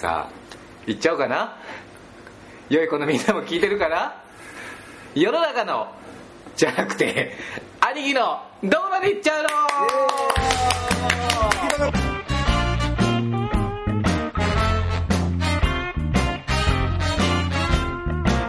さあ言っちゃおうかな良い子のみんなも聞いてるかな世の中のじゃなくて兄貴のどこまで行っちゃうの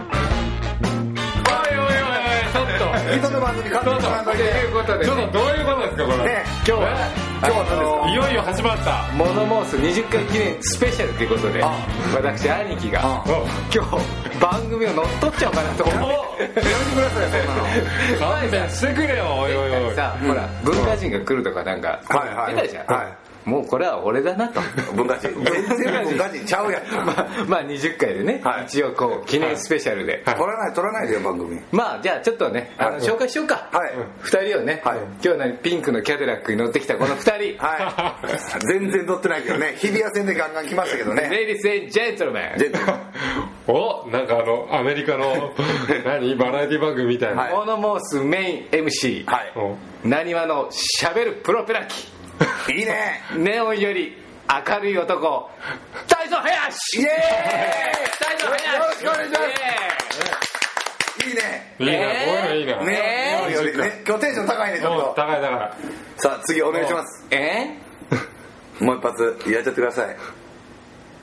おいおいおいちょっ人の番組完全にご覧ととのりいでうことでちょっねとどういうことですかこれ、ね今日は今日は何ですかいよいよ始まったモノモース20回記念スペシャルということであ私兄貴があうん今日番組を乗っ取っちゃおうかなと思ってやめてくださいよそんなの勘弁してくれよおいおいおいさあほら文化人が来るとかなんかはいはい出たじゃはんもうこれは俺だなと文化人全然文化人ちゃうやんまあまあ20回でねはい一応こう記念スペシャルで取らない取らないでよ番組まあじゃあちょっとねあの紹介しようかはい2人をねはい今日何ピンクのキャデラックに乗ってきたこの2人はい全然取ってないけどね日比谷線でガンガン来ましたけどねレディス・エン・ジェントルメンジェントルマンおなんかあのアメリカの何バラエティ番組みたいな、はいモノモースメイン MC はおなにわのしゃべるプロペラ機いいいねネオンより明るい男大蔵林イエ大蔵林よろしくお願いしますーイいいねいいな、こういうのいいな、ねえーよりね今日テンション高いねちょおっと高い高いさあ次お願いしますイエーイえもう一発やっちゃってくださいー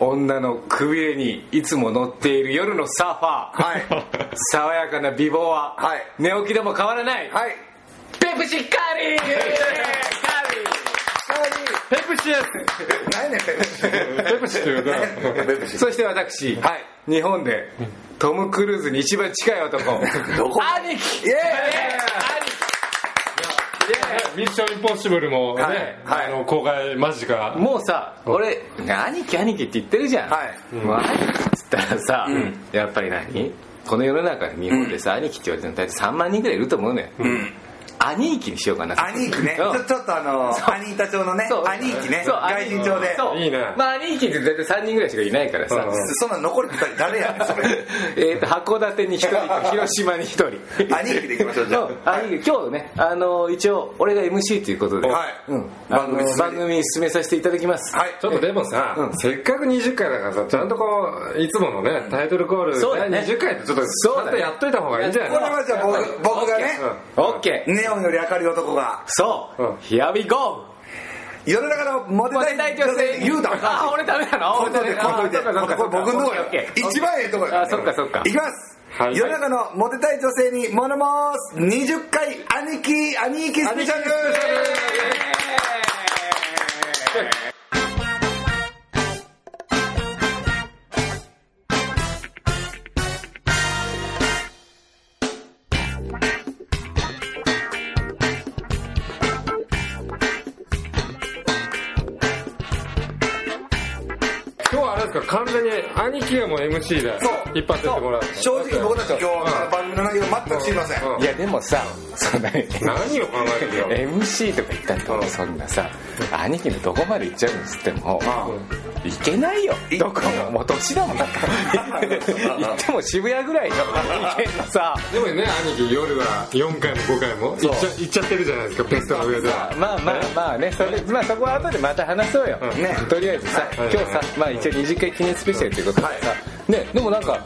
女のくびれにいつも乗っている夜のサーファーはい爽やかな美貌は、はい寝起きでも変わらない、はいペプシカリーカペプシです何ねペプシペプシっていうかペプリーシそして私、はい日本でトム・クルーズに一番近い男どこ兄貴イエーイミッションインポッシブルもね、はいはいあの公開間近もうさ俺兄貴兄貴って言ってるじゃん、はいもう兄貴っつったらさ、んやっぱり何この世の中で日本でさ、兄貴って言われてるの大体3万人ぐらいいると思うのよ、ん兄貴にしようかな兄貴ねちうんょちょっとあのアニータ調のねそう兄貴ねそう外人調でそういいねまあ兄貴って大体3人ぐらいしかいないからさ、うんそんな残り2人誰やねんそれえーと函館に1人と広島に1人兄貴でいきましょうじゃあうんあいい今日ねあの一応俺が MC ということで、はいうん、番番組進め組て番組進めさせていただきます、はいちょっとでもさ、うんせっかく20回だからさちゃんとこういつものねタイトルコール、そうだね第20回ってちょっとちそうゃんだとねやっといた方がいいんじゃないこれはじゃあ僕僕がねオッケーネオンより明るい男がそう、うん Here we go 世の中のモテモたテいたい女女性性に言うたらあ俺ダメなのこれでこれでこれこれ僕のとこよ一番ええとこよあそっかそっかいきますはい世の中のモテたい女性にモノモース20回兄貴兄貴スペシャル今日はあれですか完全に兄貴がもう MC でそう引っ張ってってもらう正直僕たちは今日うの番組の内容全く知りませんうんいやでもさそんなに何を考えてるよ MC とか言ったらどうそんなさ兄貴のどこまで行っちゃうんですってもいけないよいどこももう年だもん 行っても渋谷ぐらいの 意見のさでもね兄貴夜は4回も5回も行っちゃ行っちゃってるじゃないですかベストの上ではまあまあまあねそれ、まあ、そこは後でまた話そうよ、うんねとりあえずさ、はい今日さ、まあ、一応20回記念スペシャルということでさ、ね、でもなんか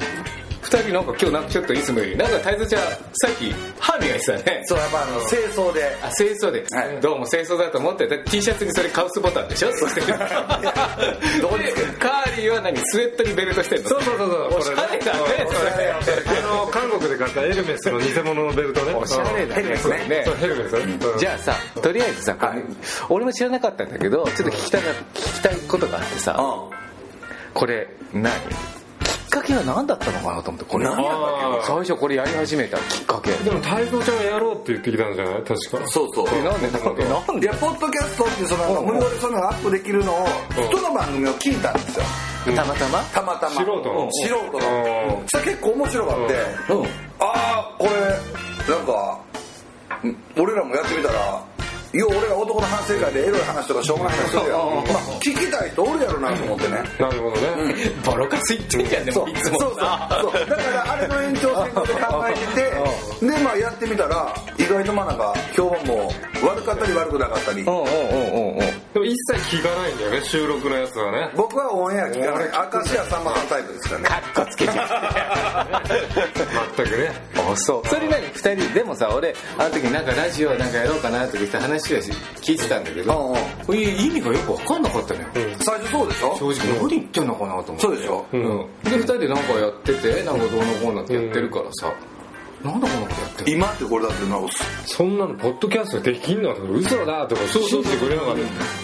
2人なんか今日なんかちょっといつもよりなんか太蔵ちゃんさっき歯磨いてたねそうやっぱあの清掃であ清掃で、はいどうも清掃だと思ってた T シャツにそれカウスボタンでしょそして でカーリーは何スウェットにベルトしてんのそうそうそうそうおしゃれだねこれねあの韓国で買ったエルメスの偽物のベルトねおしゃれだヘルねメッこトれねねそうヘルメスうんじゃあさとりあえずさ、これはい俺も知らなかったんだけどちょっと聞きたな聞きたいことがあってさ、これ何きっかけは何だったのかなと思ってこれ何っやたっけ最初これやり始めたきっかけででも太蔵ちゃんがやろうって言ってきたんじゃない確かそうそうなんでなんでなんいでやポッドキャストっていうそのうん無料でそのアップできるのをうん人の番組を聞いたんですよたまたまたまたま素人の素人うんのそれ結構面白かってうんああこれなんかん俺らもやってみたらよう俺ら男の反省会でエロい話とかしょうもない話 するやん、うんまあ、聞きたい人おるやろなと思ってねなるほどね、ボロカス言ってんじゃんでそもういそつうもそうそうだからあれの延長線上で考え ててでまあやってみたら意外とまあなんか評判も悪かったり悪くなかったりうんうんうんうんうんでも一切聞かないんだよね収録のやつはね僕はオンエア聞かない明石家さんまさんタイプですからねかっこつけちゃって全くねあそうそれなりに2人でもさ俺あの時なんかラジオなんかやろうかなって言って話をし聞いてたんだけど、いや意味がよく分かんなかったのよ、最初そうでしょ正直何言ってんのかなと思ってそうでしょうんで2人でなんかやっててなんかどうのこうのってやってるからさ、なんだこんなことやってる今ってこれだってなんかそんなのポッドキャストできんのとか嘘だとか信じてくれなかっ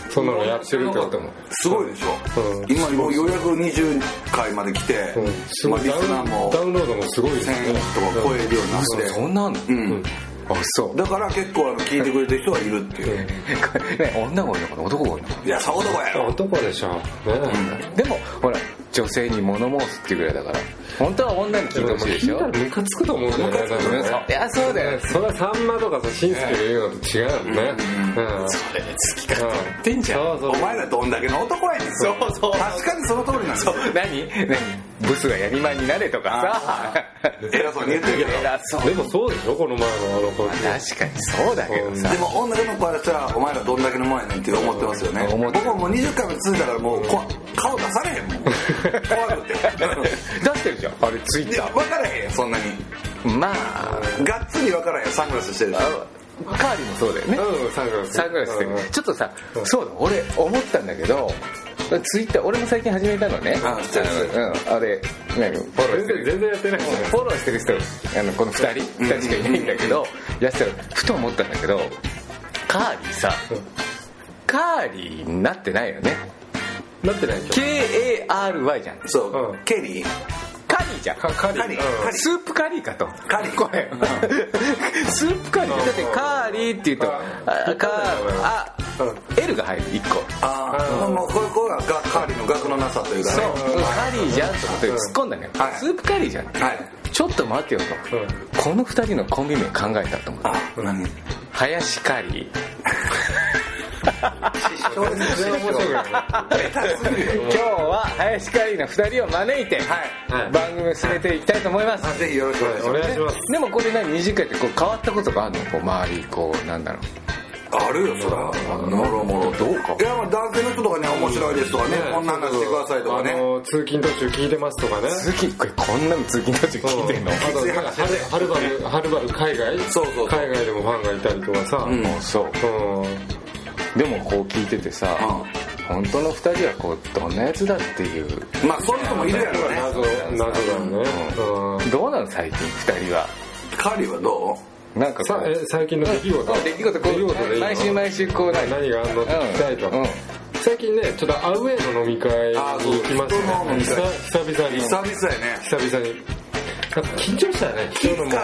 たそんなのやってるってこともすごいでしょ、うん今もうようやく20回まで来て、うんすごまいあ、リスダウンナーもダウンロードもすごいです1000ねとか超えるようになそってそんなんの、ううんんあそうだから結構あの聞いてくれてる人はいるっていう、これね女が多いのかな男が多いのかいやそうだやろ男でしょねなでもほら女性に物申すっていうぐらいだから本当は女に聞いてほしいでしょもムカつくと思うんだよねムカつくよね多分いやそうだよ、それはさんまとかさしんすけが言うのと違うのねうんそれ好き勝手言ってんじゃん、そうそうお前らどんだけの男やねんそうそう確かにその通りなんですよ何何ブスが闇マンになれとかさ偉そうに言ってるけど 偉そうでもそうでしょこの前のあの子確かにそうだけどさでも女の子からしたらお前らどんだけのもんやねんって思ってますよね思って僕ももう20回も続いたからもうこ顔出されへんもん怖く て出してるじゃんあれツイいッやタ分からへんよそんなにーまあがっつり分からへんよサングラスしてるしカーリーもそうだよねうんサングラスサングラスしてるうんちょっとさうんそうだ俺思ったんだけどツイッター俺も最近始めたのねあ知ってるうんあれ何フォローして全然る全然やってないじゃないフォローしてる人あのこの2人2人しかいないんだけどやってたらふと思ったんだけどカーリーさうんカーリーになってないよねなってないでし KARY じゃんそう、うんケリーカリーじゃんょカリカリカリスープカリーかとカリーこれ スープカリーだってカーリーって言うとあカーあ L が入る1個ああうんもうこれこれががカーリーの額のなさというかそうねカリーじゃんと思って突っ込んだのよはいスープカリーじゃんはいちょっと待てようんとこの2人のコンビ名考えたと思ってあ何林カリーそれそれは面白いよね今日は林カリーの2人を招いてはい番組を進めていきたいと思いますぜひよろしくお願いしおます願いしますでもこれ何20回ってこう変わったことがあるのこう周りこうなんだろうあるよそらもろもろどうかいやまあ男性の人とかね面白いですとかねこんな話してくださいとかあねの通勤途中聞いてますとかね通勤これこんなの通勤途中聞いてんのあとなんかはるはるばるはるばる海外そうそうそう海外でもファンがいたりとかさ、んもうそううでもこう聞いててさ、本当の2人はこうどんなやつだっていうまあそういう人もいるやろうねん、謎謎だよね、うんどうなの最近2人はカーリーはどなんかこさうえ最近の出来事、うん出来事こう出来事でいいの毎週毎週こうなんか何があんのって聞きたいと、うんうん最近ねちょっとアウェーの飲み会にあーそう行きましたね人の久々うに久久々やね々になんか緊張したよね気聞くのも使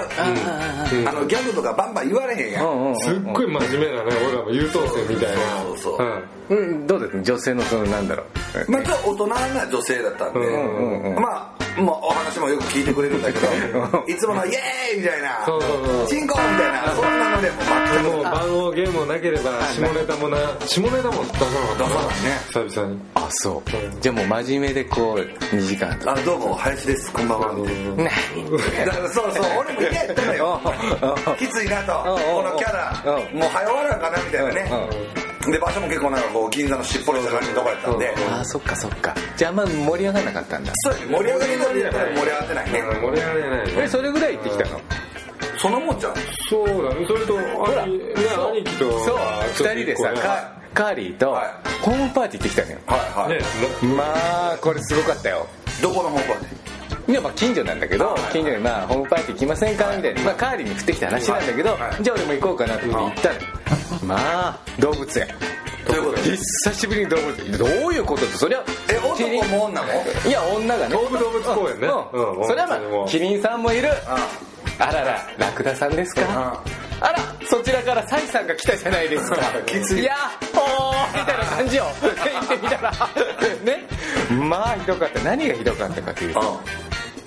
ううんあのギャグとかバンバン言われへんやうんんうんすっごい真面目なね俺らも優等生みたいなそうそうそううんうんどうだった女性のそのなんだろうまあちょっと大人な女性だったんでうんうんうんまあもうお話もよく聞いてくれるんだけ どいつものイエーイみたいなそうそうそうチンコみたいなそんなのでも全くもう万王ゲームもなければ下ネタもな下ネタも出さなか出っさないた久々ねにあそうじゃあもう真面目でこう2時間とかあどうも林ですこんばんはみたいな何だからそう そう俺も嫌やったの よきついなとうんこのキャラうんもう早終わらんかなみたいなねで場所も結構なんかこう銀座のしっぽりした感じのとこやったんであーそっかそっかじゃああんま盛り上がらなかったんだそうやね盛り上がりのりやったら盛り上がってないね盛り上がれないえねそれぐらい行ってきたのそのもんじゃんそうだねそれとら兄,、ね、兄貴とそうちょっと2人でさ一個ねカカーリーとはいホームパーティー行ってきたのよはいはいねまあこれすごかったよどこの方向でいやまあ近所なんだけどはいはい近所にまあホームパーティー行きませんかみたいなまあカーリーに振ってきた話なんだけどはいはいじゃあ俺も行こうかなって言って行ったのよまあ動物園ということで久しぶりに動物園どういうことってそりゃえ男も女もいや女がね東武動物公園ねうんうんそれは本当にまもあうキリンさんもいるああららラクダさんですかあらそちらからサイさんが来たじゃないです かきついやっほーみたいな感じを言ってみた らねまあひどかった何がひどかったかというと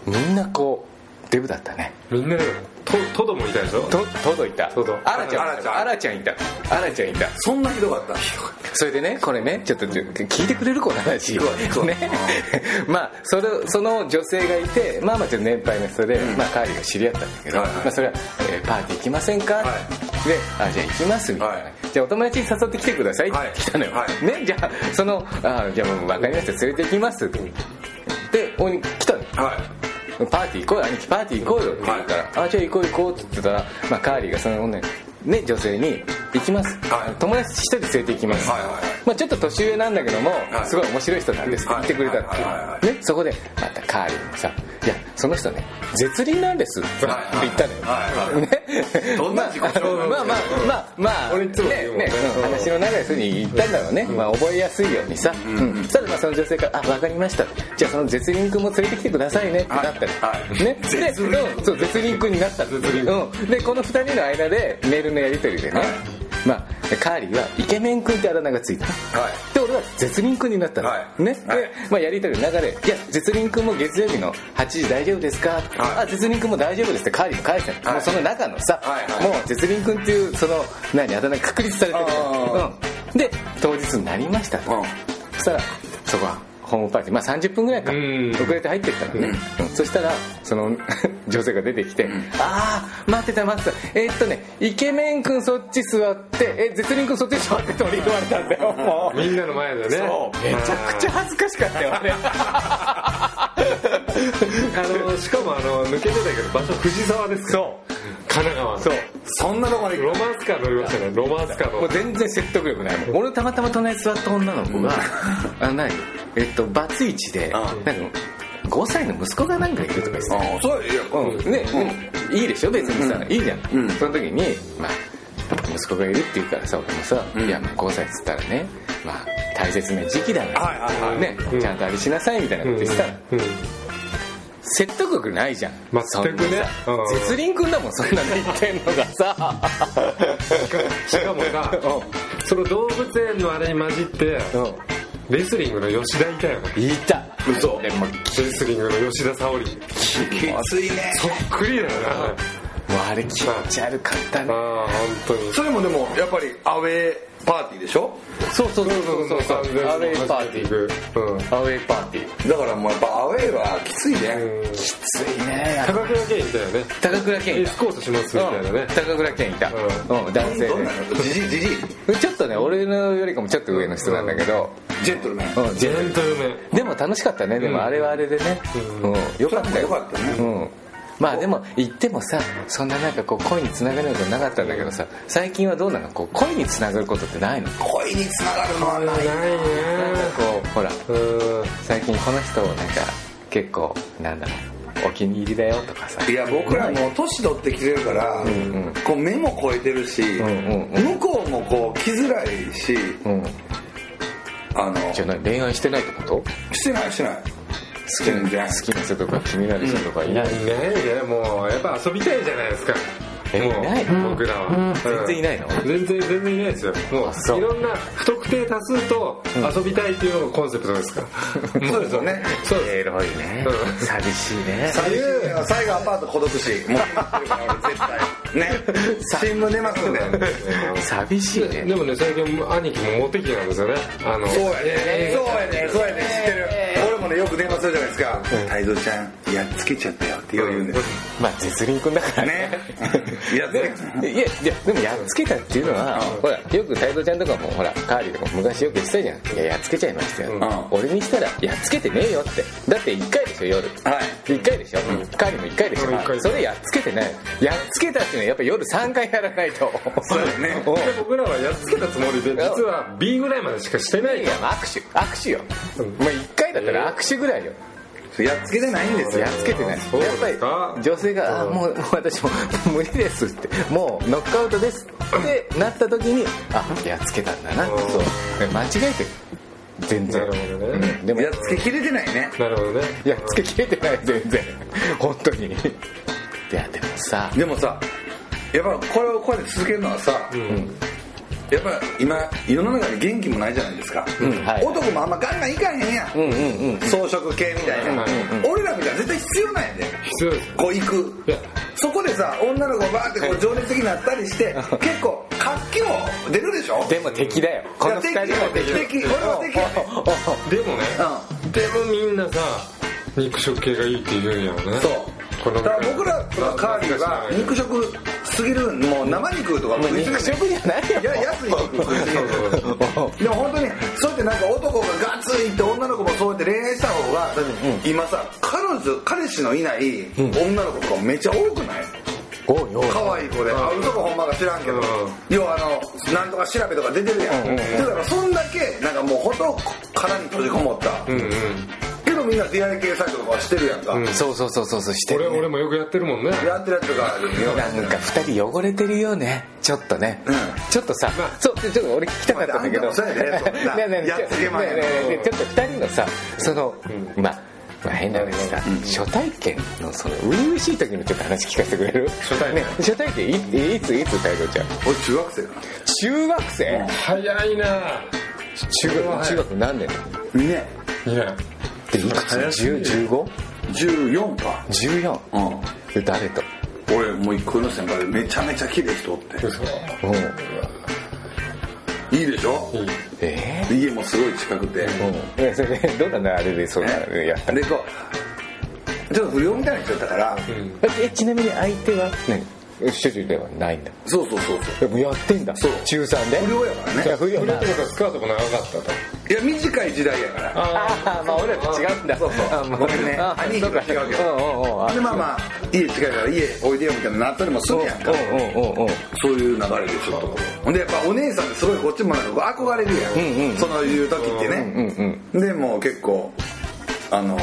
みんなこうデブだったねみんなでトトドもいたでしょと届いたトドあらちゃんあらちゃんあらちゃんいたあらちゃんいたそんなひどかったそれでねこれねちょっとちょ聞いてくれるこの話をね まあそれその女性がいてまあまあちょっと年配の人で、まあ、カーリーが知り合ったんだけど、はいはいまあ、それは、えーパーティー行きませんか、はいで「あじゃあ行きます」みたいな、はいじゃあお友達に誘ってきてください」ってはい来たのよ、はいねじゃあその「あじゃあもう分かりました連れて行きます」ってでおに来たのよはパーティー行こうよ兄貴パーティー行こうよって言うから「あじゃあ行こう行こう」って言ってたら、まあ、カーリーがその女にね、女性に「行きます」はい友達一人連れて行きます」はいはいはいまあ、ちょっと年上なんだけども、いすごい面白い人なんですって言ってくれたっていうはいはいはいはね、そこでまたカーリーもさ「いやその人ね絶倫なんです」って言ったのよ、はいはいね、どんな自己紹ま介あまあまあまあまあ俺いつもね言うもんねねうん話の流れそういうふうに言ったんだろうね、まあ、覚えやすいようにさ、うんそしたらまあその女性から「あ分かりました」じゃあその絶倫君も連れてきてくださいねってなったの、はね、いでうんそう絶倫君になったのうん、でこの2人の間でメールのやり取りでね、まあ、カーリーはイケメン君ってあだ名がついたのいはいで俺は絶倫君になったの、はいね、はいで、 まあ、やり取りの流れ「いや絶倫君も月曜日の8時大丈夫ですかあ絶倫君も大丈夫です」ってカーリーに返したの、はいもうその中のさ、はいはいもう絶倫君っていうその何あだ名確立されてるあうん、で当日になりましたと、うんそしたらそこはホームパーティー、まあ、30分ぐらいかうん遅れて入ってったのね、うんそしたらその 女性が出てきて「ああ待ってた待ってたえーっとねイケメン君そっち座ってえ絶倫君そっち座って」って俺言われたんだよもうみんなの前でねそうめちゃくちゃ恥ずかしかったよあれあのしかもあの抜けてたけど場所藤沢ですからそう神奈川のそうそんなとこにロマンスカー乗りましたねロマンスカーものう全然説得力ないもん俺たまたま隣座った女の子が、あ何えっとバツイチで、うんなんか5歳の息子がなんかいるとか言ってたああそうやいやうん、ね、いいでしょ別にさ、いいじゃん、うんその時にまあ息子がいるって言うからさ俺もさ、んいやまあ5歳っつったらねまあ大切な時期だな、はいはいはいねうんちゃんとあれしなさいみたいなこと言ってたの、うん説得力ないじゃん全そんくなねさうん絶倫君だもんそんなの言ってんのがさしかもさうその動物園のあれに混じってんレスリングの吉田いたよいた嘘でももうレスリングの吉田沙保里そきついねっくりだよなあれ気持ち悪かったねああ本当にそれもでもやっぱりアウェーパーティーでしょそうそうそうそうそうアウェイパーティーィーうんアウェイパーティーだからもうやっぱアウェーはきついねうんついね高倉健みたいなね高倉健エいーたスコートしますみたいなね高倉健いた、ううん、男性でどんなのじじじじいちょっとね俺のよりかもちょっと上の人なんだけど、ジェントルメンうんジジェェントルメンでも楽しかったねでもあれはあれでね、うんよかったよそれはもうよかったねうん、まあでも言ってもさそんななんかこう恋につながることなかったんだけどさ最近はどうなのこう恋につながることってないのこ恋につながるのはないないねうほらうん最近この人なんか結構なんだろうお気に入りだよとかさいや僕らもう年取ってきてるから、んこう目も超えてるし、うんうん向こうもこう来づらいしうんあのじゃあ何恋愛してないってことしてないしてない全然好きな人とか気になる人とかいいなやい、いないねもうやっぱ遊びたいじゃないですかえもういない僕らは全然いないの全然全然いないですよもそうういろんな不特定多数と遊びたいっていうのがコンセプトですからそうですよねそうですエロいねうん寂しいね最後最後アパート孤独死もう決まってるから俺絶対ね新聞出ますんで寂しいねでもね最近兄貴もモテ期なんですよねあのそうやねそうやねそうやね知ってる俺もねよく電話するじゃないですか「太蔵ちゃんやっつけちゃったよ」ってよう言うんですまあ絶倫君だからねねやっつけいやいやでもやっつけたっていうのは、ほらよく太蔵ちゃんとかもほらカーリーとかも昔よく言ってたじゃん「いややっつけちゃいましたよ」うん俺にしたら「やっつけてねえよ」ってだって1回でしょ夜はい1回でしょ、カーリーも1回でしょ、うん一回それやっつけてないやっつけたっていうのはやっぱ夜3回やらないとそうやねおで僕らはやっつけたつもりで実は B ぐらいまでしかしてないいかや握手握手よ、うんまあ1回だったら握手ぐらいよ、やっつけてないんですよやっつけてないそうですかやっぱり女性が「あうんもうもう私も 無理です」って「もうノックアウトです」ってなった時に「あやっつけたんだな」うんそうえ間違えてる全然なるほどねうんでもやっつけきれてないねらなるほどねやっつけきれてない全然本当にいやでもさでもさやっぱこれをこうやって続けるのはさ、うんやっぱ今世の中に元気もないじゃないですか、んはい男もあんまガンガンいかへんやうん、んうんうん装飾系みたいな、うん俺らみたいな絶対必要ないんだよ必要ですこう行くいやそこでさ女の子がバーってこう情熱的になったりして結構活気も出るでしょでも敵だよこの2人は敵敵敵俺は敵やねおうおうでもねうでもみんなさ肉食系がいいって言うんやろねそうこのだから僕らとかカーリーは肉食好すぎるもう生肉とか食いすぎ肉て食じゃないよいや安いよ食いすぎてでも本当にそうやってなんか男がガッツいって女の子もそうやって恋愛した方が、今さ彼女彼氏のいない女の子とかめっちゃ多くない、おうよ可愛い子で、あうそこほんまか知らんけど、うん要はあのなんとか調べとか出てるやん、うんうんうんだからそんだけなんかもうほとんど殻に閉じこもった、うんうんけどみんな出会い系サイトとかはしてるやんか、うんそうそうそうそうそうして俺るね俺もよくやってるもんねやってるやつがあるよなんか二人汚れてるよねちょっとね、うんちょっとさ、まあそうちょっと俺聞きたかったんだけどまあそうや ねそうやねねえねえやっつけまんやねえねえねえちょっと二人のさその、うんまあまあ変な話さ、初体験のその初々しい時のちょっと話聞かせてくれる 初体験ね初体験いいいついつ最後ちゃん俺中学生かな中学生、早いな中学中学何年2年いやでいくつ早すぎる10 14か 15?14 うんで誰と俺もう一個の先輩でめちゃめちゃ綺麗人おって嘘うんいいでしょいいえで家もすごい近くて、ーうんえそれでどんなのあれでそんなのやったのでこうちょっと不良みたいな人やったから、うんえちなみに相手は何主人ではないんだそうそうそうでもやってんだそう中3でそう不良やからねいや不そ良れなってことはスカートも長かったといや短い時代やからあああまあ俺らと違うんだそうそうあまあごめんねあ兄貴そうかと違うけうんどうんうんあでまあまあ家近いから家おいでよみたいななったりもするやんかうんうんうんうんそういう流れでちょっとこうほんでやっぱお姉さんってすごいこっちもなんか憧れるやん、うんうんそのいう時ってうんうん、ねでもう結構あの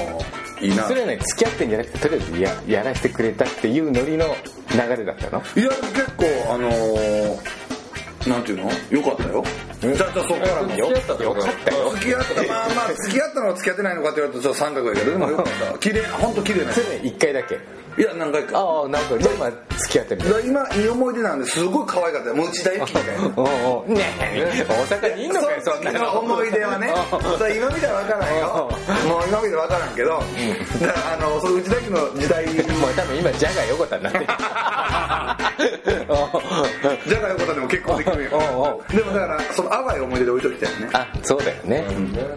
いいなそれはね付き合ってんじゃなくてとりあえずややらせてくれたっていうノリの流れだったのいや結構あのーなんていうのよかったよじゃあじゃあそっからも付き合ったってことだよかったよ付き合ったまあまあ付き合ったのは付き合ってないのかって言われるとちょっと三角やけどでもよかった綺麗本当綺麗なそ人れね一回だけいや何回かああなんかじゃあまあ付き合ってるだから今いい思い出なんですごい可愛かったよもう時代劇みたいおなうおうねえ大阪にいんのかよそんなのの思い出 はねそれ今見たら分からんよもう今見たら分からんけどだからあのそういう時代劇の時代 もう多分今ジャガー横田になってる おうじゃがよこたでも結婚できるよおうおでもだからその淡い思い出で置いときたよねあそうだよね、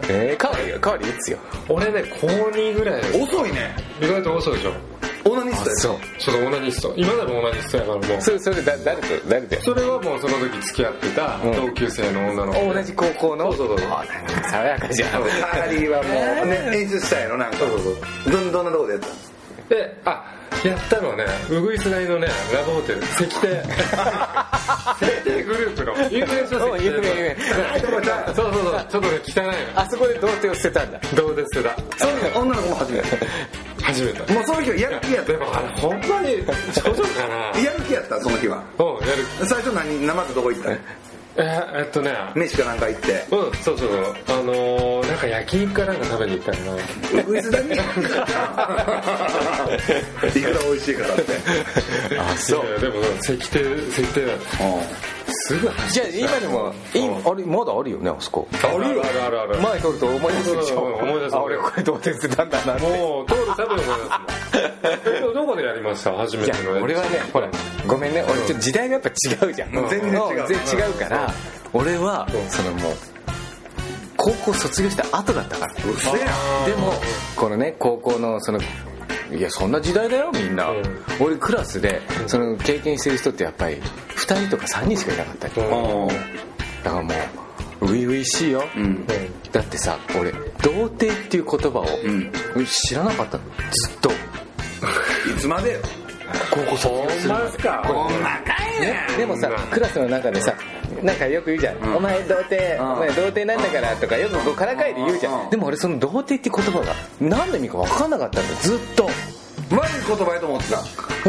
えー、かわりよかわりいつよ俺ね高2ぐらい遅いね意外と遅いでしょオナニあスそトやうちょっとオナニスト今でもオナニストやからもうそれそれだ誰と誰でそれはもうその時付き合ってたうん同級生の女のお子同じ高校のそうそうそう爽やかじゃんハーリーはもうね演出したやろなんかそうそうどんどんなとこでやであやっったのたのはねうぐいすがいのねラブホテル石庭石庭グループの有名でしょうん石有名有庭名そうそうそうちょっとね汚いあそこで童貞を捨てたんだのどうですだそういう女の子も初めて初めてもうその日はやる気やっでもあれほんまに少女かなたやる気やったその日はうんやる最初何生でどこ行ったのえーえっとね飯かなんか行ってうんそうそうそうあのー、なんか焼肉かなんか食べに行ったよなうぐいすだ ねいくら美味しいからってあいやいやでも石庭石庭だったすぐ走じゃあ今でもいあれまだあるよねあそこあるよあるあるある前撮ると思い出すでしょうん思い出すあ俺これ童貞捨てたんだなってもう通るたび思いますもんどこでやりました初めいてや のやつ俺はねほらごめんね俺ちょっと時代がやっぱ違うじゃんうん全然違ううん全然違うから俺はうんそのもう高校卒業した後だったからうっせえやんでもこのね高校のそのいやそんな時代だよみんな、うん俺クラスでその経験してる人ってやっぱり2人とか3人しかいなかったり、うんだからもう初々しいよ、うんだってさ俺童貞っていう言葉をん知らなかったのずっといつまでよ高校卒業するまでほんまかいねでもさクラスの中でさなんかよく言うじゃん「お前童貞んお前童貞なんだから」とかよくこうからかいで言うじゃうんんでも俺その童貞っていう言葉が何の意味か分かんなかったんだよずっと悪い言葉やと思ってた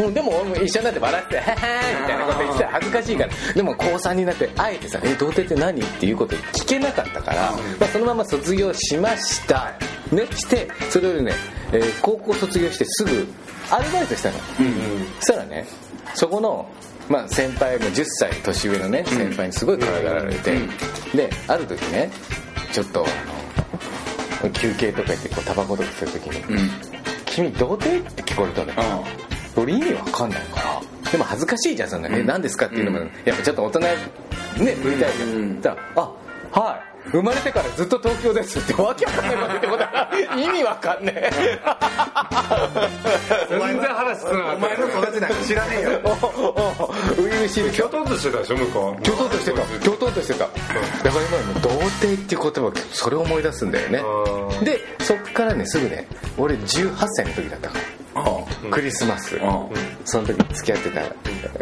うん、でも俺も一緒になって笑って「ははーみたいなこと言ってたら恥ずかしいからでも高3になってあえてさ「え童貞って何?」っていうこと聞けなかったから、まあ、そのまま卒業しましたねしてそれよりね、えー高校卒業してすぐアルバイトしたの、そしたらねそこの、まあ、先輩も10歳年上のね先輩にすごい可愛がられて、である時ねちょっとあの休憩とか行ってこうタバコとかする時に「君童貞?」って聞こえたのよ、俺意味わかんないからでも恥ずかしいじゃんそんな、え何ですかっていうのも、やっぱちょっと大人ね振りたいじゃん、だからあはい生まれてからずっと東京ですってわけ わかんないまでってことは意味わかんねえ全然話つながおった前の育ちなんか知らねえよおお初々しいでしきょょとんとしてたでしょ向こうきょとんとしてたきょとんとしてただから今の童貞っていう言葉それを思い出すんだよねうんでそっからねすぐね俺18歳の時だったからクリスマスうんその時付き合ってた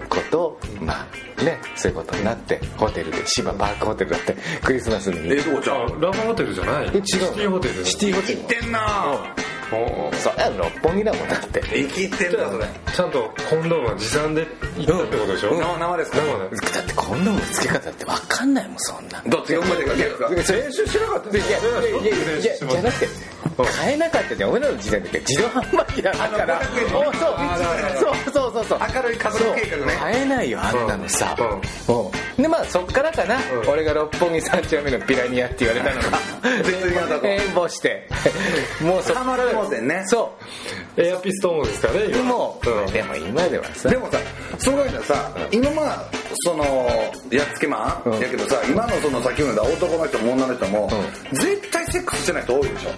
子とまあねそういうことになってホテルで芝パークホテルだってクリスマスにええ行っとこちゃあんラブホテルじゃないえ違うシティホテルシティホテルてんなおーそりゃ六本木だもんだって生きてんなそれちゃんとコンドームは持参で行ったってことでしょ生生ですか生ねだってこんなもん付け方だって分かんないもんそんなどっちが生まれてるか練習しなかったいやいやいやいやいやじゃなくて買えなかったじゃん俺らの時代の時は自動販売機だったからあの500円のおそうそうそうそうそうそう明るい活動計画ね買えないよあんなのさ、ううんでまあそっからかな、うん俺が六本木三丁目のピラニアって言われたのが絶妙なとこ遠望してもうそっハマるもんでねそエアピストーンですかねう今でも、うんでも今ではさでもさそう考えたらさ今まあそのやっつけマうんンやけどさ今のその先ほど言った男の人も女の人もう絶対セックスしてない人多いでしょ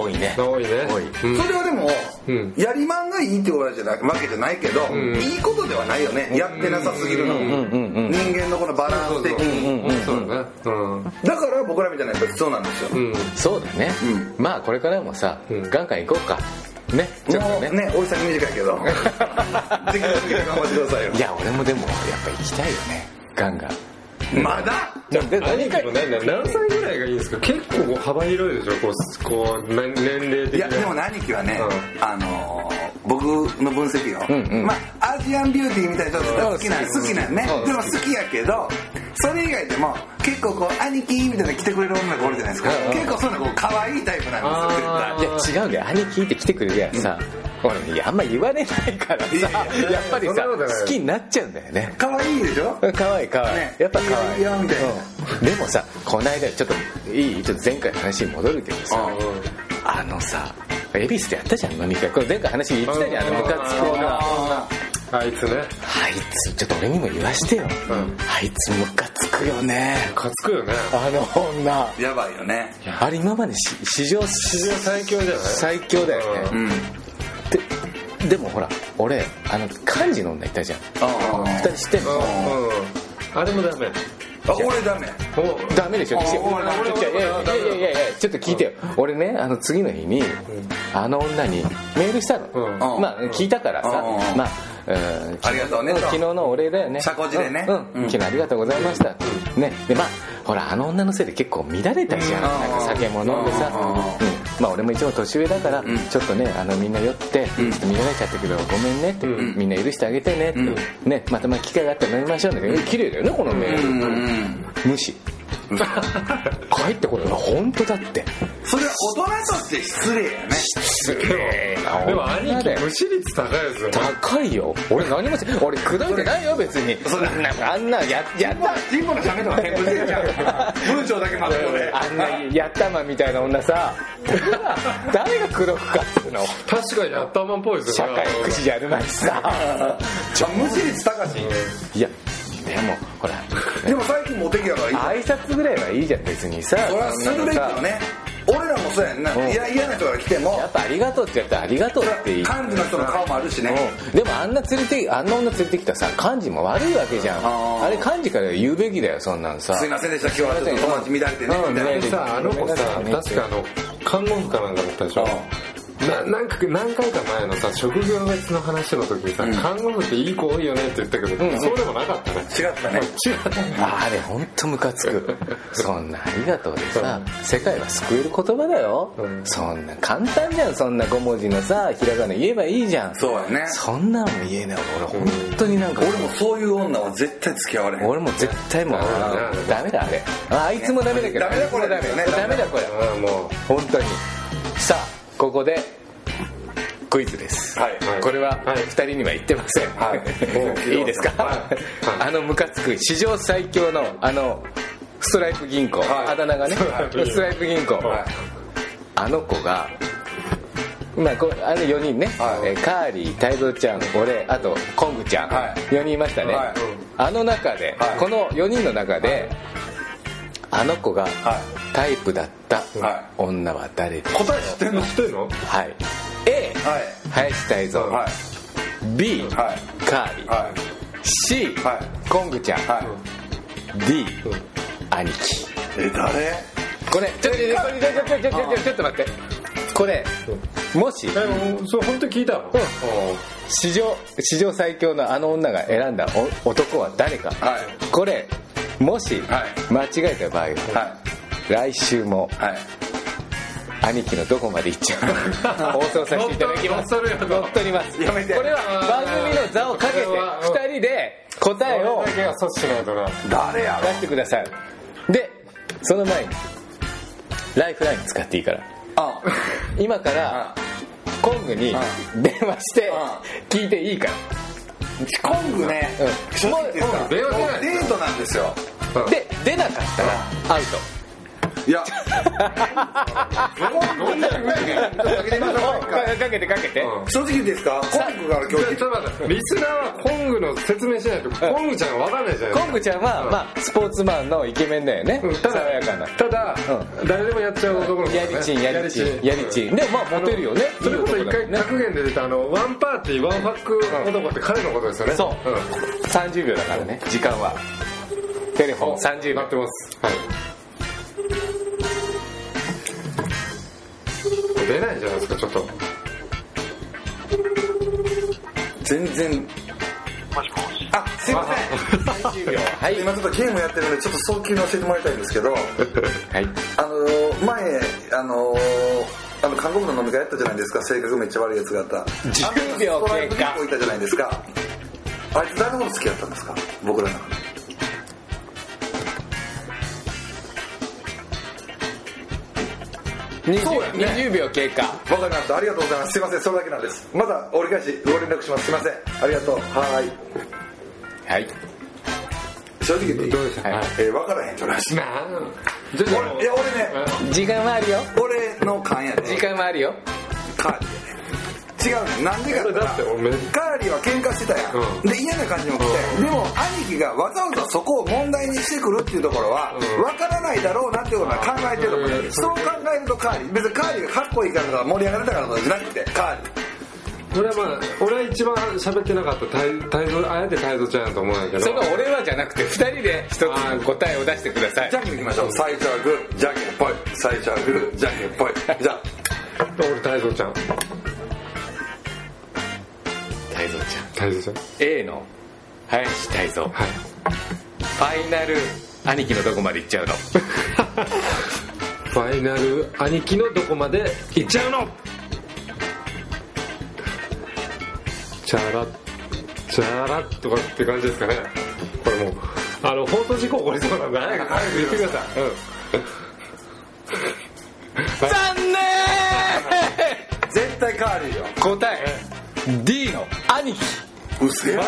多いね多いね多いうんそれはでも、うんやりまんがいいってことじゃなわけじゃないけど、んいいことではないよね、やってなさすぎるの、んうん人間のこのバランス的に、そうだねうんだから僕らみたいなやっぱりそうなんですよ、うんそうだね、まあこれからもさ、うんガンガン行こうかねちょっもとうねねおじさん短いけど できるだけ頑張ってくださいよいや俺もでもやっぱ行きたいよねガンガンまだで何か何何歳ぐらいがいいんですか結構幅広いでしょこうこうな年齢い的やなでもね兄貴はね、うあのー僕の分析よ、んうんまあアジアンビューティーみたいな人が好きなんうん好きなんね、うんでも好きやけどそれ以外でも結構こう兄貴みたいなの来てくれる女の子おるじゃないですか、うんうん結構そういうのこう可愛いタイプなんですよ絶対あーいや違うんだよ兄貴って来てくれりゃさ、俺いやあんま言われないからさいややいやっぱりそさんなことない好きになっちゃうんだよね可愛いでしょ可愛い可愛いねやっぱ可愛いいいよみたいなうんでもさこの間ちょっといいちょっと前回の話に戻るけどさうんあのさ恵比寿でやったじゃん飲み会これ前回話言ってたじゃんあのムカつく女ああいつねあいつちょっと俺にも言わしてよ、んあいつムカつくよねかつくよねあの女ーやばいよねあれ今までし史上史上最強じゃない最強だよね、うんうんででもほら俺あの漢字の女いたじゃん二人知ってんうのんうんあれもダメあ俺ダメおダメでしょあ違う俺俺違ういやいやいやいやちょっと聞いてよ俺ねあの次の日にあの女にメールしたのうんまあ聞いたからさうんまあうんありがとうねうん昨日のお礼だよね社交辞令ねうんうんうん昨日ありがとうございましたねでまあほらあの女のせいで結構乱れたじゃんうんなんか酒も飲んでさうんうんまあ俺も一応年上だからんちょっとねあのみんな酔ってちょんっと見られちゃったけどごめんねってうんみんな許してあげてねってねまたまあ機会があったら飲みましょうねって綺麗だよねこのメールうんうん無視帰ってこれ本当だってそれは大人として失礼やねすげえなでも兄女だ貴よ無視率高いですよ高いよ俺何もし俺口説いてないよ別にそれなんかあんなややった人もの喋とか全部出ちゃう文章だけまとめてあんなやったまみたいな女さ誰が口説くかっていうの確かに頭っぽいです社よね会福祉じゃあるまいしさ無視率高しいやでもほらでも最近モテ期やからいい挨拶ぐらいはいいじゃん別にさそれはするべきよね俺らもそうやんなうんいや嫌な人から来てもやっぱありがとうって言ったらありがとうって言い幹事の人の顔もあるしねうんでもあんな連れてあんな女連れてきたさ幹事も悪いわけじゃんあーあれ幹事から言うべきだよそんなんさすいませんでした今日はちょっと友達乱れてねうんみたねいなでさあの子さ確かあの看護婦かなんかだったでしょななんか何回か前のさ職業別の話の時にさ、看護婦っていい子多いよねって言ったけど、そうでもなかったね違ったね違ったねあれ本当ムカつくそんなありがとうでさ世界は救える言葉だよ、うんそんな簡単じゃんそんな5文字のさひらがな言えばいいじゃんそうやねそんなんも言えない俺本当になんか、俺もそういう女は絶対付き合われへん俺も絶対もうダメだダメだあれああいつもダメだけどダメだこれあいつもダメねダメだこれああも本当にさあここでクイズです、はいはいこれははい2人には言ってません、はい いですか、はいはあのムカつく史上最強のあのストライプ銀行、はいあだ名がねストライプ銀行ストライプ銀行、はいあの子がまあ、こあの4人ね、はいえーカーリー泰造ちゃん俺あとコングちゃん、は4人いましたね、はいあの中で、はいこの4人の中で、あの子がタイプだったは女は誰ですか答え知ってんうの知ってんのはい A はい林泰造、はい B B、はカーリー、は C、はコングちゃん、いはい D、兄貴え誰これちょっとちょっとちょっとちょっとちょっと待ってこれもしえもうそれ本当に聞いたの、史上史上最強のあの女が選んだお男は誰か、はいこれもし、は間違えた場合は、は来週もいはい兄貴のどこまで行っちゃうのか放送させていただきます乗っ取るよ乗っ取りますやめてこれは番組の座をかけてこれは2人で答えを俺だけは阻止しないとな誰や出してくださいでその前にライフライン使っていいからろあ今からコングに電話して聞いていいからコングねうん正直ですかもう電話出ないデートなんですよで出なかったらアウいやどんなに無理がトかかけてかけてうん正直ですかコングから今日聞いちょっと待ってリスナーはコングの説明しないとコングちゃんが分かんないじゃないですコかングちゃんはまあスポーツマンのイケメンだよねうんた爽だやかなただ、う誰でもやっちゃう男の子だやねりちんやりちんやりちうんでもまあモテるよねそれこそいい一男だ回もんね格言で出たあのワンパーティーワンファック男って彼のことですよねそうん30秒だからね時間はテレフォン30なっ秒てますはい出ないじゃないですかち ょっと全然あすいません30秒はい今ちょっとゲームやってるんでちょっと早急に教えてもらいたいんですけどはいあのー前あのーあの韓国の飲み会やったじゃないですか性格めっちゃ悪いやつがあった10秒ストライ経ク過1個いたじゃないですかあいつ誰のこと好きだったんですか僕らの中でそうやね20秒経過わかりましたありがとうございますすいませんそれだけなんですまだ折り返しご連絡しますすいませんありがとうはーはいい正直言っていいどうでしたはいえー、分からへんとらしいなあじゃあじゃあ俺いや俺ね時間はあるよ俺の勘や時で間はあるよカーリーやね違うねんなんでかってだって俺めカーリーは喧嘩してたやん、うんで嫌な感じも来て、でも兄貴がわざわざそこを問題にしてくるっていうところは、うんわからないだろうなっていうことは考えてると思う、うんそう考えるとカーリー別にカーリーがかっこいいからとか盛り上がれたからとかじゃなくてカーリー俺はまあ俺は一番喋ってなかった太蔵あえて太蔵ちゃんやと思うんやけどそれは俺はじゃなくて2人で一つの答えを出してくださいじゃんけんいきましょう最初はグーじゃんけんぽい最初はグーじゃんけんぽいじゃあ俺太蔵ちゃん太蔵ちゃん太蔵ちゃん A の林太蔵フはいァイナル兄貴のどこまで行っちゃうのファイナル兄貴のどこまで行っちゃうのチャラッチャラッとかって感じですかねこれもうあの放送事故起こりそうなんで早く早く言ってください、うん残念絶対カーリーよ答え D の兄貴うせえまあ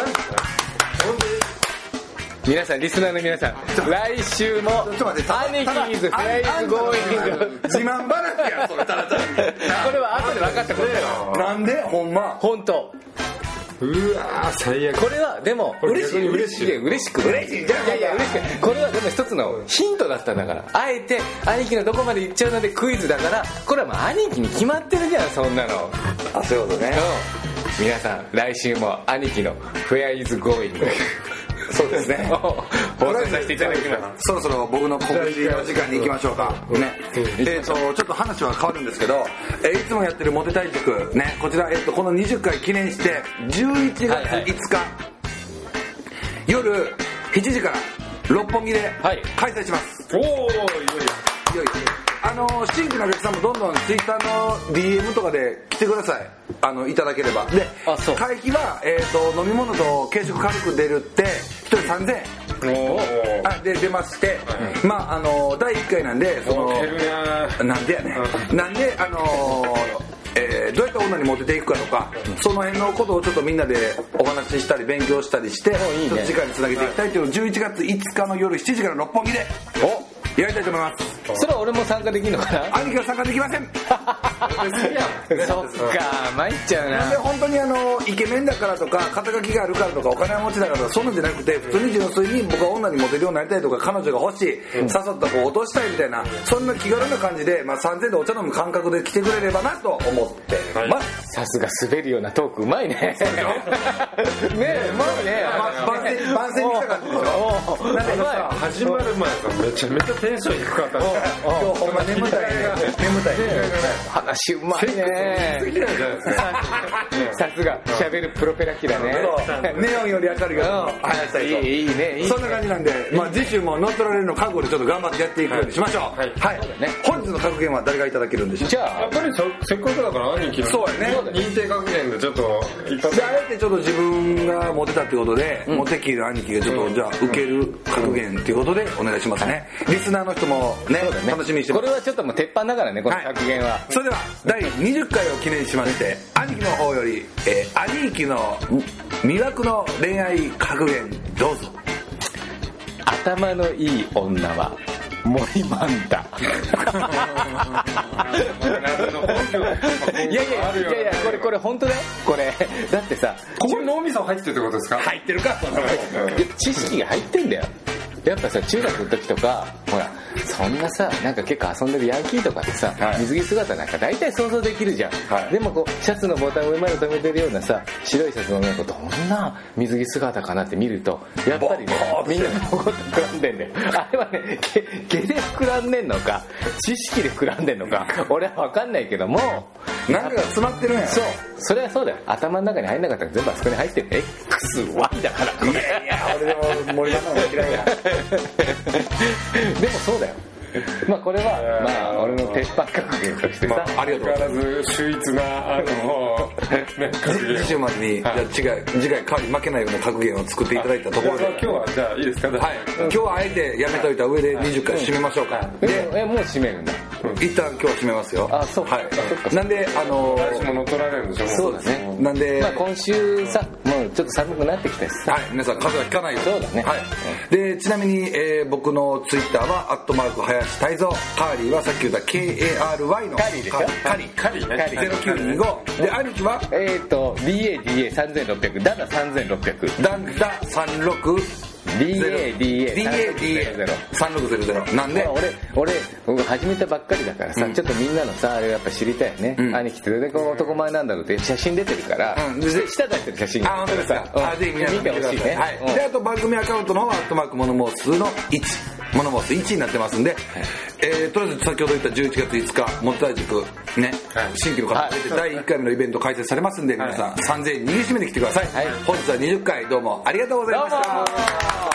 皆さんリスナーの皆さん来週もちょっと待って兄貴 is フライズゴーイング自慢話やんそれただこれは後で分かったことだよなんでほんま本当うわー最悪これはでもれ逆に嬉しいや嬉しくない嬉しいじゃんいやいや嬉しくないこれはでも一つのヒントだったんだからあえて兄貴のどこまで行っちゃうのでクイズだからこれはもう兄貴に決まってるじゃんそんなのうんあそういうことね皆さん来週も兄貴のフェアイズゴーイングそうですねを 放送させていただきますそろそろ僕の告知の時間に行きましょうかねえっとちょっと話は変わるんですけどえーいつもやってるモテ対局ねこちらえっとこの20回記念して11月はいはい5日夜7時から六本木ではい開催しますおおいよいよいよいよあの新規のお客さんもどんどんツイッターの DM とかで来てくださいあのいただければであそう会費は、えー、と飲み物と軽食軽く出るって1人3000円おおあで出まして、まああの第1回なんでそのけるなーなんでやねんなんであのえーどうやって女にモテていくかとかその辺のことをちょっとみんなでお話ししたり勉強したりしていいねちょっと次回につなげていきたいというのを11月5日の夜7時から六本木でやりたいと思いますそれは俺も参加できるのか な兄貴は参加できません そっか参っちゃうなんでな本当にあのイケメンだからとか肩書きがあるからとかお金持ちだからとかそんなんじゃなくて普通に純粋に僕は女にモテるようになりたいとか彼女が欲しい、誘った子を落としたいみたいなそんな気軽な感じで、まあ、3000でお茶飲む感覚で来てくれればなと思ってます、さすが滑るようなトークうまいねねえうまい ねまあ番宣番宣に来た感じでしょおうおうなんだけどさ始まる前からめちゃめちゃテンション低かったんですよ今日ほんま眠たいね眠たいね話うまい好ねきなんじゃないですかさすが喋るプロペラ機だねそうネオンより明るいからうん話したいといいいいねいいねそんな感じなんで、まあ、次週も乗っ取られるの覚悟でちょっと頑張ってやっていくようにしましょうははいい、ね本日の格言は誰がいただけるんでしょうじやゃっぱりそせっかくだから兄貴のそうやね認定学園でちょっと一発じゃああえてちょっと自分がモテたってことで、モテ期の兄貴がちょっと、じゃあ受ける格言っていうことでお願いしますね、リスナーの人もねあね楽しみにしてこまれはちょっともう鉄板だからねこのはい格言はすそれでは第20回を記念しまして兄貴の方より、えー兄貴の魅惑の恋愛格言どうぞ頭のいい女は森マン ダいやいやいやいやこれこれ本当だよこれだってさここに脳みそ入ってるってことですか入ってるかいや知識が入ってんだよやっぱさ中学の時とかほらそんなさなんか結構遊んでるヤンキーとかってさ、はい水着姿なんか大体想像できるじゃん、はいでもこうシャツのボタンをうまく止めてるようなさ白いシャツの女の子どんな水着姿かなって見るとやっぱりねみ んなボコッと膨らんでんだよあれはね毛毛で膨らんでんのか知識で膨らんでんのか俺は分かんないけどもなんかが詰まってるんやそうそれはそうだよ頭の中に入んなかったら全部あそこに入ってる XY だからこれいや俺でも森山の方が嫌いやでもそうだよ。まあこれは、ーまあ俺の鉄板格言としてまさ、あ、ありがとう相変わらず秀逸なあの ね格言を次週までに、はいじゃあ違う次回代わり負けないような格言を作っていただい たところじでゃあ今日はじゃあいいですかはい、今日はあえてやめといた上で20回締めましょうか、えもうえ、もう閉めるんだ。一旦今日は締めますよあそうかはそっかい、なんであの来週も乗っ取られるんでしょそうだね。なんで、まあ今週さ、もうちょっと寒くなってきたしさ。はい、皆さん風邪はひかないよそうだねはい、でちなみに、えー僕のツイッターは「アットマーク林泰造」カーリーはさっき言った KARY のカリーでしょカリーカリーねカリー0925で兄貴はえっと、DADA3600、ダダ3600、ダンダ36 DADA3600。 DADA3600 なんでまあ俺、俺、僕始めたばっかりだからさ、ちょっとみんなのさ、あれをやっぱ知りたいよね。うん兄貴ってどれだけ男前なんだろうって写真出てるから、うんで舌出してる写真あ、本当ですか。あ、ぜひ皆見さんてほしいね。はい。うんで、あと番組アカウントの方は、アットマークモノモースの1。モノモース1になってますんで、えーとりあえず先ほど言った11月5日、モッター塾、ねはい、新規の方出て第1回目のイベント開催されますんで、皆さん3000人握りしめて来てくださいはい。本日は20回どうもありがとうございましどうもた。